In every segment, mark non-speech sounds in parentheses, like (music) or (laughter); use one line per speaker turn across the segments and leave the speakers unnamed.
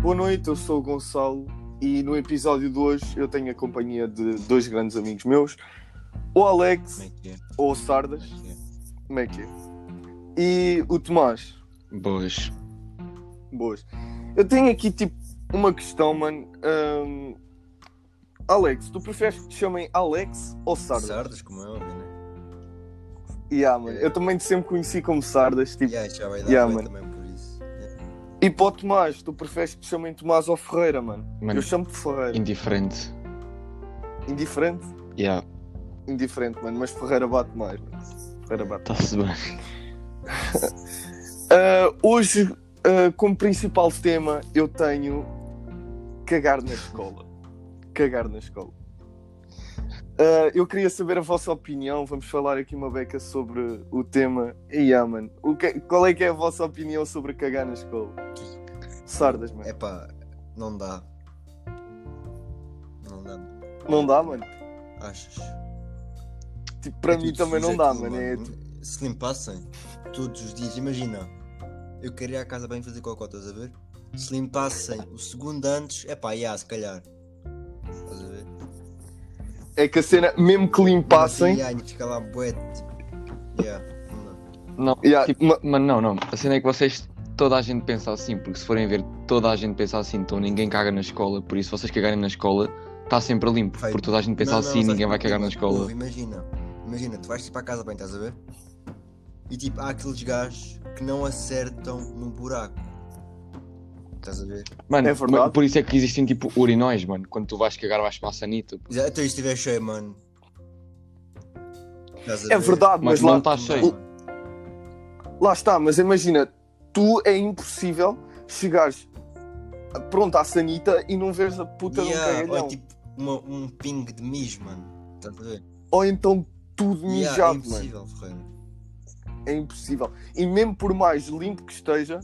Boa noite, eu sou o Gonçalo e no episódio de hoje eu tenho a companhia de dois grandes amigos meus, o
Como é
Alex,
que é?
ou o
Como
Sardas,
é que é?
como é que é? E o Tomás.
é? Boas.
Boas. Eu tenho aqui tipo uma questão, mano. Ahm, Alex, tu preferes que te chamem Alex ou Sardas?
Sardas, como é óbvio, né?
Yeah, mano. Eu também te sempre conheci como Sardas, tipo.
Yeah, já vai dar
Yeah,
bué
mano.
também por isso.
E para o Tomás, tu preferes que te chamem Tomás ou Ferreira, mano?
Mano.
Eu chamo-te Ferreira.
Indiferente.
Indiferente?
Yeah,
Indiferente, mano, mas Ferreira bate mais, mano. Ferreira bate.
está-se bem.
Ah, hoje, ah, como principal tema, eu tenho cagar na escola. Cagar na escola. Ah, eu queria saber a vossa opinião. Vamos falar aqui uma beca sobre o tema. E ah, mano, o que- qual é que é a vossa opinião sobre cagar na escola? Sardas, mano.
É pá, não dá. Não dá.
Não dá, mano.
Achas?
Tipo, para
Aquilo
mim
que
também
fiz
não dá,
aquilo,
mano. É, tipo,
Se limpassem todos os dias, imagina. Eu quero ir à casa bem fazer cocó, estás a ver? Se limpassem o segundo antes, é pá, yeah, se calhar. Estás a ver?
é que a cena, mesmo que limpassem,
Yeah, ainda fica lá bué, tipo. Yeah, não dá.
Não,
Yeah,
tipo,
ma-
mano, não, não. A cena é que vocês, toda a gente pensa assim, porque se forem ver, toda a gente pensa assim, então ninguém caga na escola, por isso vocês cagarem na escola, está sempre limpo,
Feito.
porque toda a gente pensa
Não, assim. não,
assim,
sabes
ninguém vai
porquê?
cagar na escola.
Ouve, imagina, imagina, tu vais tipo à casa bem, estás a ver? E tipo, há aqueles gajos que não acertam no buraco. Estás a ver?
Mano,
É verdade.
mano, por isso é que existem tipo urinóis, mano. Quando tu vais cagar, vais para a sanita.
Já- Até isto estiver cheio, mano. Estás a
é
ver?
verdade, mas
Mas
lá
não está cheio.
Mano,
Lá está, mas imagina, tu é impossível chegares pronto à sanita e não veres a puta de um
yeah,
cagalhão.
ou
Ou,
tipo uma- um ping de mis, mano. Estás a ver?
então tudo
Yeah, é
mijado, mano.
impossível, Ferreira.
É impossível. E mesmo por mais limpo que esteja,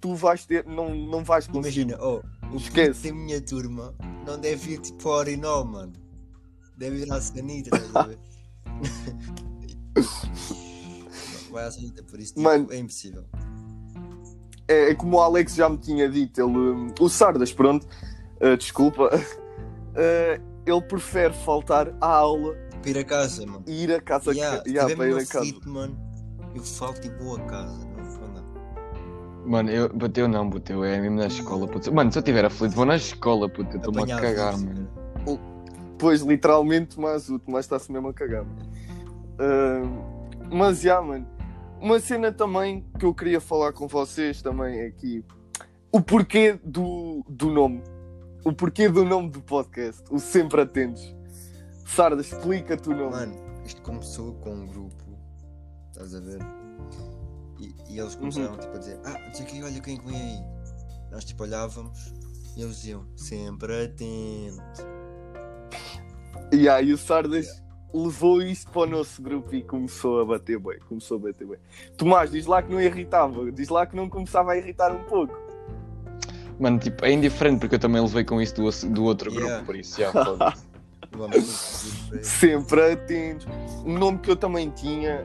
tu vais ter. Não, não vais conseguir.
Imagina, oh, o
Esquece.
Esquece. da minha turma não deve ir tipo ao urinol, mano. Deve ir à sanita, estás a ver? Vai à sanita, por isso tipo,
Mano.
é impossível.
É, é como o Alex já me tinha dito, ele. hum, O Sardas, pronto, ah, desculpa. (laughs) ah, ele prefere faltar à aula
Para ir a casa, mano.
e ir à casa.
Yeah,
que- yeah,
se tiver
para ir
mesmo
a casa.
aflito, mano, eu falo tipo boa casa, não vou andar.
Mano, eu, bateu não, bateu, é mesmo na escola, puto. Mano, se eu tiver aflito, vou na escola, puto, eu estou-me a
Apanhar
cagar,
vírus,
mano.
cara.
Pois, literalmente, mas o Tomás está-se mesmo a cagar. mano. Ah, mas, já, mano. Uma cena também que eu queria falar com vocês também é aqui. O porquê do, do nome. O porquê do nome do podcast. O Sempre Atentos. Sarda, explica-te o nome.
Mano, isto começou com um grupo, estás a ver? E, e eles começaram
Uhum.
tipo, a dizer: Ah, não sei o quê, olha quem que vem aí. Nós tipo olhávamos e eles diziam: Sempre atento.
E aí o Sardas levou isto para o nosso grupo e começou a bater bem. Começou a bater bem. Tomás, diz lá que não irritava. Diz lá que não começava a irritar um pouco.
Mano, tipo, é indiferente, porque eu também levei com isso do, do outro
Yeah.
grupo, por isso,
(laughs)
já, foda-se.
Vamos fazer para eles.
Sempre atentos. Um nome que eu também tinha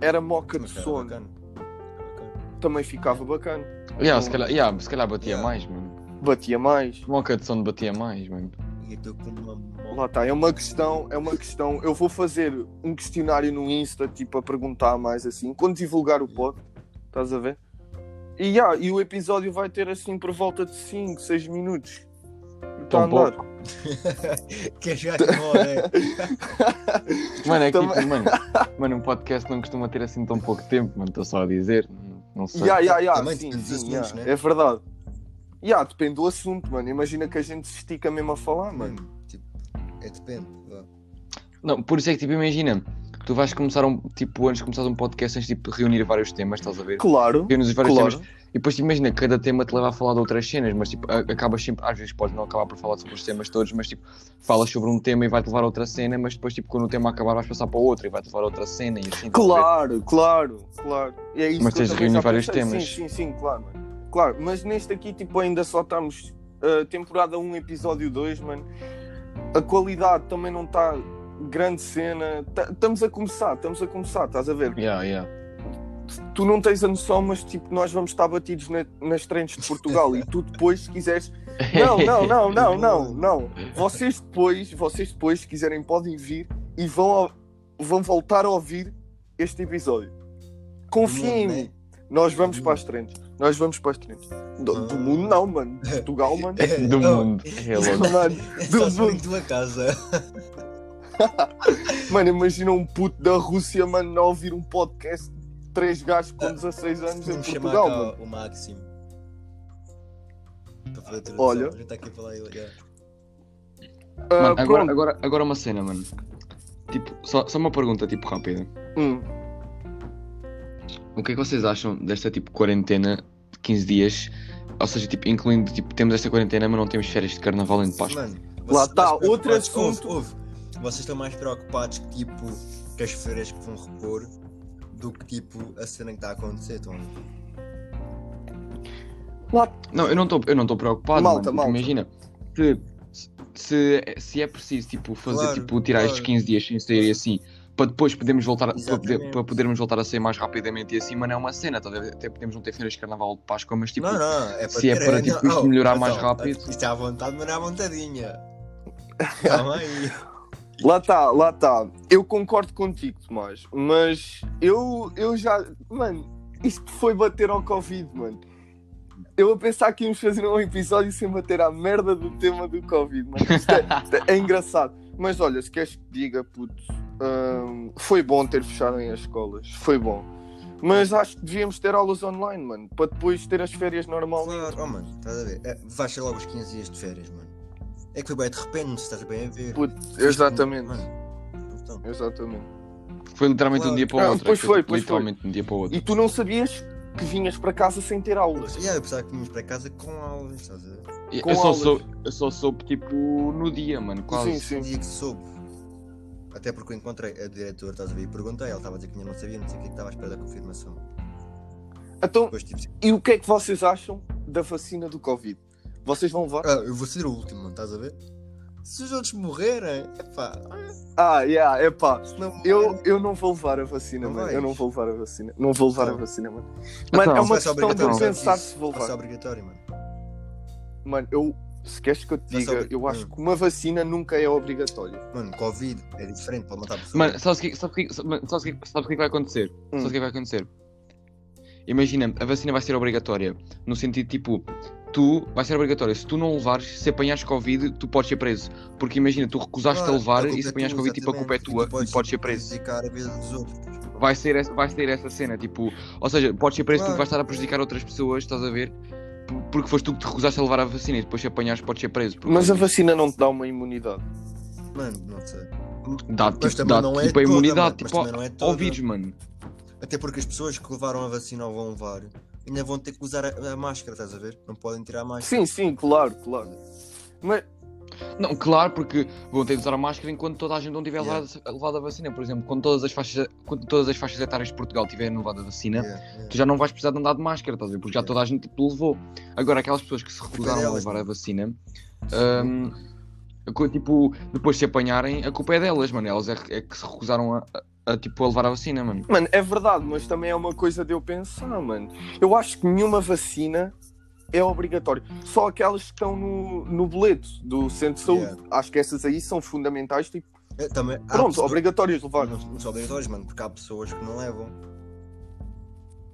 era Moca de
Mas, cara,
Sono.
bacana. Bacana.
Também ficava bacana.
Yeah, se, calhar, yeah, se calhar batia
Yeah.
mais, mano.
Batia mais.
Moca de som batia mais, mano.
E eu estou com uma
Lá
moto.
está, é uma questão, é uma questão. Eu vou fazer um questionário no Insta, tipo, a perguntar mais assim, quando divulgar o pod, estás a ver? E, ah, e o episódio vai ter assim por volta de 5, 6 minutos. Está a
Tão
andar.
(laughs) Quer chegar de hora, é?
Mano, é que
Também- (laughs)
tipo, mano, mano, um podcast não costuma ter assim tão pouco tempo, mano. Estou só a dizer. Não sei.
Ya, ya, ya,
Também
sim,
depende dos
sim,
assuntos,
ya,
né?
É verdade. Ya, depende do assunto, mano. Imagina que a gente se estica mesmo a falar, mano.
Mano, tipo, é depende. vá.
Não, por isso é que tipo, imagina, tu vais começar um tipo, antes de começar um podcast, tens tipo de reunir vários temas, estás a ver?
Claro,
Reúnes os vários
claro.
temas e depois tipo, imagina, cada tema te leva a falar de outras cenas, mas tipo, a- acabas sempre, às vezes podes não acabar por falar sobre os temas todos, mas tipo, falas sobre um tema e vai-te levar a outra cena, mas depois tipo, quando o tema acabar vais passar para outro e vai-te levar a outra cena e assim. estás a ver?
Claro, claro, claro. E é isso
Mas
que eu
tens de
também já
reunir vários
pensei.
temas.
Sim, sim, sim, claro, mano. Claro, mas neste aqui, tipo, ainda só estamos uh, temporada 1, episódio 2, mano. A qualidade também não Tá, está grande cena. Tá- Estamos a começar, estamos a começar, estás a ver?
Yeah, yeah.
tu não tens a noção, mas tipo, nós vamos estar batidos na- nas trentes de Portugal e tu depois, se quiseres.
(laughs)
Não, não, não, não, não, não. Vocês depois, vocês depois, se quiserem, podem vir e vão, ao- vão voltar a ouvir este episódio. Confiem em mim. Nós vamos para as trentes. Nós vamos para as trentes. Do, do mundo, não, mano. De Portugal, mano.
Do
né? Não,
mundo. É
isso
louco.
(laughs) Mano,
É
Do
só se for em
mundo.
tua casa.
mano, imagina um puto da Rússia, mano, a ouvir um podcast de três gajos com 16 anos em
Vamos chamar
Portugal,
cá
mano.
o Máximo. Para fazer a tradução.
Olha.
A gente está aqui a falar ele. yeah.
Ah,
Mano, agora,
pronto.
agora, agora uma cena, mano. Tipo, só, só uma pergunta, tipo, rápida.
Hum.
O que é que vocês acham desta, tipo, quarentena de 15 dias? Ou seja, tipo, incluindo, tipo, temos esta quarentena, mas não temos férias de carnaval nem de Páscoa.
Mano,
Lá
vocês
tá,
estão mais
outro
preocupados- ouve,
assunto.
ouve. Vocês estão mais preocupados que tipo que as feiras que vão repor do que tipo a cena que está a acontecer, estão a ver?
Não, eu não estou eu não tô preocupado,
Malta,
mano.
malta.
Imagina, se, se, se é preciso, tipo, fazer,
Claro,
tipo, tirar estes
claro.
15 dias sem sair e assim, para depois podermos voltar, a- para, poder-
Exatamente.
para podermos voltar a sair mais rapidamente e assim, mas não é uma cena, tá? a ver? até podemos não ter feiras de carnaval de Páscoa, mas tipo,
não, não, é para
se é
ter-
para, tipo,
não,
isto
oh,
melhorar
mas,
mais
oh,
rápido.
Isto é à vontade, mas não é à
(laughs)
vontadinha. Calma aí.
Lá está, lá está. Eu concordo contigo, Tomás, mas eu, eu já. Mano, isto foi bater ao Covid, mano. Eu a pensar que íamos fazer um episódio sem bater à merda do tema do Covid, mano. Isto é, isto é engraçado. Mas olha, se queres que diga, puto, hum, foi bom ter fechado em as escolas, foi bom. Mas acho que devíamos ter aulas online, mano, para depois ter as férias normalmente.
Claro, oh mano, estás a ver? É, vais ser logo os 15 dias de férias, mano. É que foi bem de repente, se estás bem a ver.
Puto,
Fiz-
exatamente,
Mano, então,
exatamente.
Foi literalmente de um dia para o
Não,
outro.
pois
aquilo,
foi, pois foi.
literalmente de um dia para o outro.
E tu não sabias que vinhas para casa sem ter aulas.
yeah, eu pensava que vínhamos para casa com aulas, estás a ver?
E
com
Eu só,
aulas.
soube, eu só soube, tipo, no dia, mano, quase.
Sim, sim.
Um dia que soube. Até porque eu encontrei a diretora, estás a ver? E perguntei, ela estava a dizer que ainda não sabia, não sei o que, estava à espera da confirmação.
Então,
Depois tipo,
e o que é que vocês acham da vacina do Covid? Vocês vão levar?
ah, eu vou ser o último, mano, estás a ver? Se os outros morrerem, epá,
Ah, yeah, é pá.
se não morrerem,
Eu, eu não vou levar a vacina,
Não
mano.
vais?
Eu não vou levar a vacina. Não vou levar a
Então.
vacina, mano. Mano,
Então,
é
isso vai
uma
ser
questão de eu
obrigatório,
Então.
pensar
isso
se vou
Vai ser
levar.
obrigatório, mano.
Mano, eu. Se queres que eu te
Vai ser Hum.
diga, eu
obrigatório.
acho que uma vacina nunca é obrigatória.
Mano, Covid é diferente, pode matar pessoas.
Mano, sabes o que, sabes o que, sabes o que, sabes o que vai acontecer?
Hum.
Sabes o que vai acontecer? Imagina, a vacina vai ser obrigatória. No sentido, tipo, tu vai ser obrigatória. Se tu não levares, se apanhares Covid, tu podes ser preso. Porque imagina, tu recusaste
Claro,
a levar
a
e
culpa
se
é
apanhares
tua,
Covid, tipo, a culpa é
exatamente,
tua
tu
e podes ser preso.
prejudicar a vida dos outros.
Vai ser, essa- vai ser essa cena, tipo, ou seja, podes ser preso
Claro.
porque vais estar a prejudicar outras pessoas, estás a ver? P- Porque foste tu que te recusaste a levar a vacina e depois se apanhares, podes ser preso. Porque
é.
Mas a vacina não te dá uma imunidade.
Mano, não sei.
dá
Mas
tipo,
também
dá,
não é
tipo a
toda,
imunidade
mano, mas
tipo,
também não é
ao
toda.
vírus, mano.
Até porque as pessoas que levaram a vacina ou vão levar ainda vão ter que usar a, a máscara, estás a ver? Não podem tirar a máscara.
Sim, sim, claro, claro. Mas,
Não, claro, porque vão ter de usar a máscara enquanto toda a gente não tiver
Yeah.
levado, levado a vacina. Por exemplo, quando todas as faixas, quando todas as faixas etárias de Portugal tiverem levado a vacina,
né?
Yeah, yeah.
tu já não vais precisar de andar de máscara, estás a ver? Porque já
Yeah.
toda a gente tipo, levou. Agora, aquelas pessoas que se recusaram a
delas, né?
levar a vacina, hum, a co- tipo, depois se apanharem, a culpa é delas, mano. Elas é, é que se recusaram a, a- a, tipo, a levar a vacina, mano.
Mano, é verdade, mas também é uma coisa de eu pensar, mano. Eu acho que nenhuma vacina é obrigatória. Só aquelas que estão no, no boleto do centro de saúde. Acho que essas aí são fundamentais. Tipo,
É, também, há
pronto,
pessoas-
obrigatórias de levar.
Não, não são obrigatórios, mano, porque há pessoas que não levam.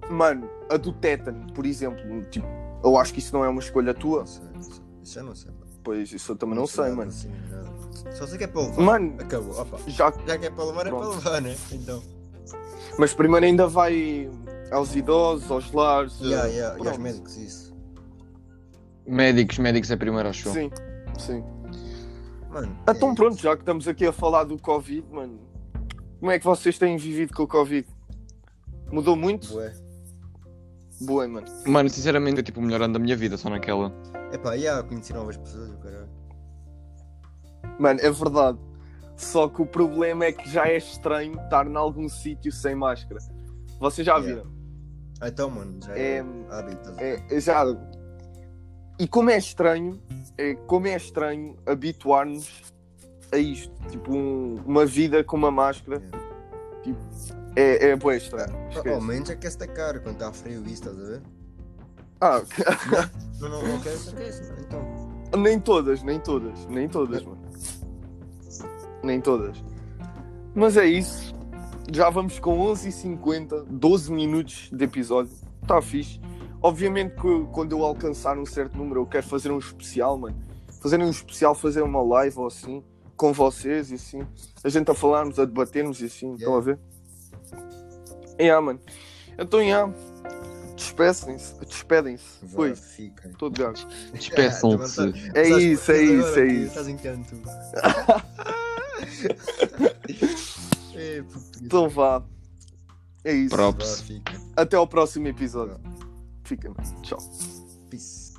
Mano, a do tétano, por exemplo. Tipo, eu acho que isso não é uma escolha tua.
Não sei, não sei. Isso eu não sei. mano.
Pois, isso eu também não sei,
nada,
mano.
assim, nada. Só sei que é para levar.
Mano,
Acabou, opa.
já...
Já que é para levar, é
Pronto.
para levar, né? Então.
mas primeiro ainda vai aos idosos, aos lares. eh,
Yeah, yeah, e aos
pronto.
médicos, isso.
Médicos, médicos é primeiro, acho. eu.
Sim, sim.
Mano.
Então
é-
pronto, já que estamos aqui a falar do Covid, mano, como é que vocês têm vivido com o Covid? Mudou muito?
Bué.
Boa, mano.
Mano, sinceramente, é tipo o melhor ano da minha vida, só
(laughs)
naquela.
Epá, yeah, conheci novas pessoas, o caralho.
Mano, é verdade. Só que o problema é que já é estranho estar em algum sítio sem máscara. Vocês já
Yeah.
viram?
Ah, então, mano, já
É,
é hábito. estás a ver?
é, é já. E como é estranho, é, como é estranho habituar-nos a isto, tipo um- uma vida com uma máscara.
Yeah.
Tipo, É, é bué estranho.
Ah, Ao menos aquece da cara quando está frio isso, estás a ver?
Ah,
Não, não, não aquece, aquece, mano. Então,
Nem todas, nem todas, nem todas, mano. Nem todas. Mas é isso. Já vamos com 11h50, 12 minutos de episódio. Está fixe. Obviamente que eu- quando eu alcançar um certo número, eu quero fazer um especial, mano. Fazer um especial, fazer uma live ou assim, com vocês e assim. A gente a falarmos, a debatermos e assim. Estão a ver? Yeah, mano. Então, yeah. Despedem-se. Despedem-se.
vá,
Foi.
fica.
Todo gajo.
Despeçam-se.
É isso, é isso, é isso.
Estás em canto.
(laughs)
é, puto,
Então vá. É isso.
Pró-
vá, fica.
Até ao próximo episódio. Fica, mano. Tchau.
Peace.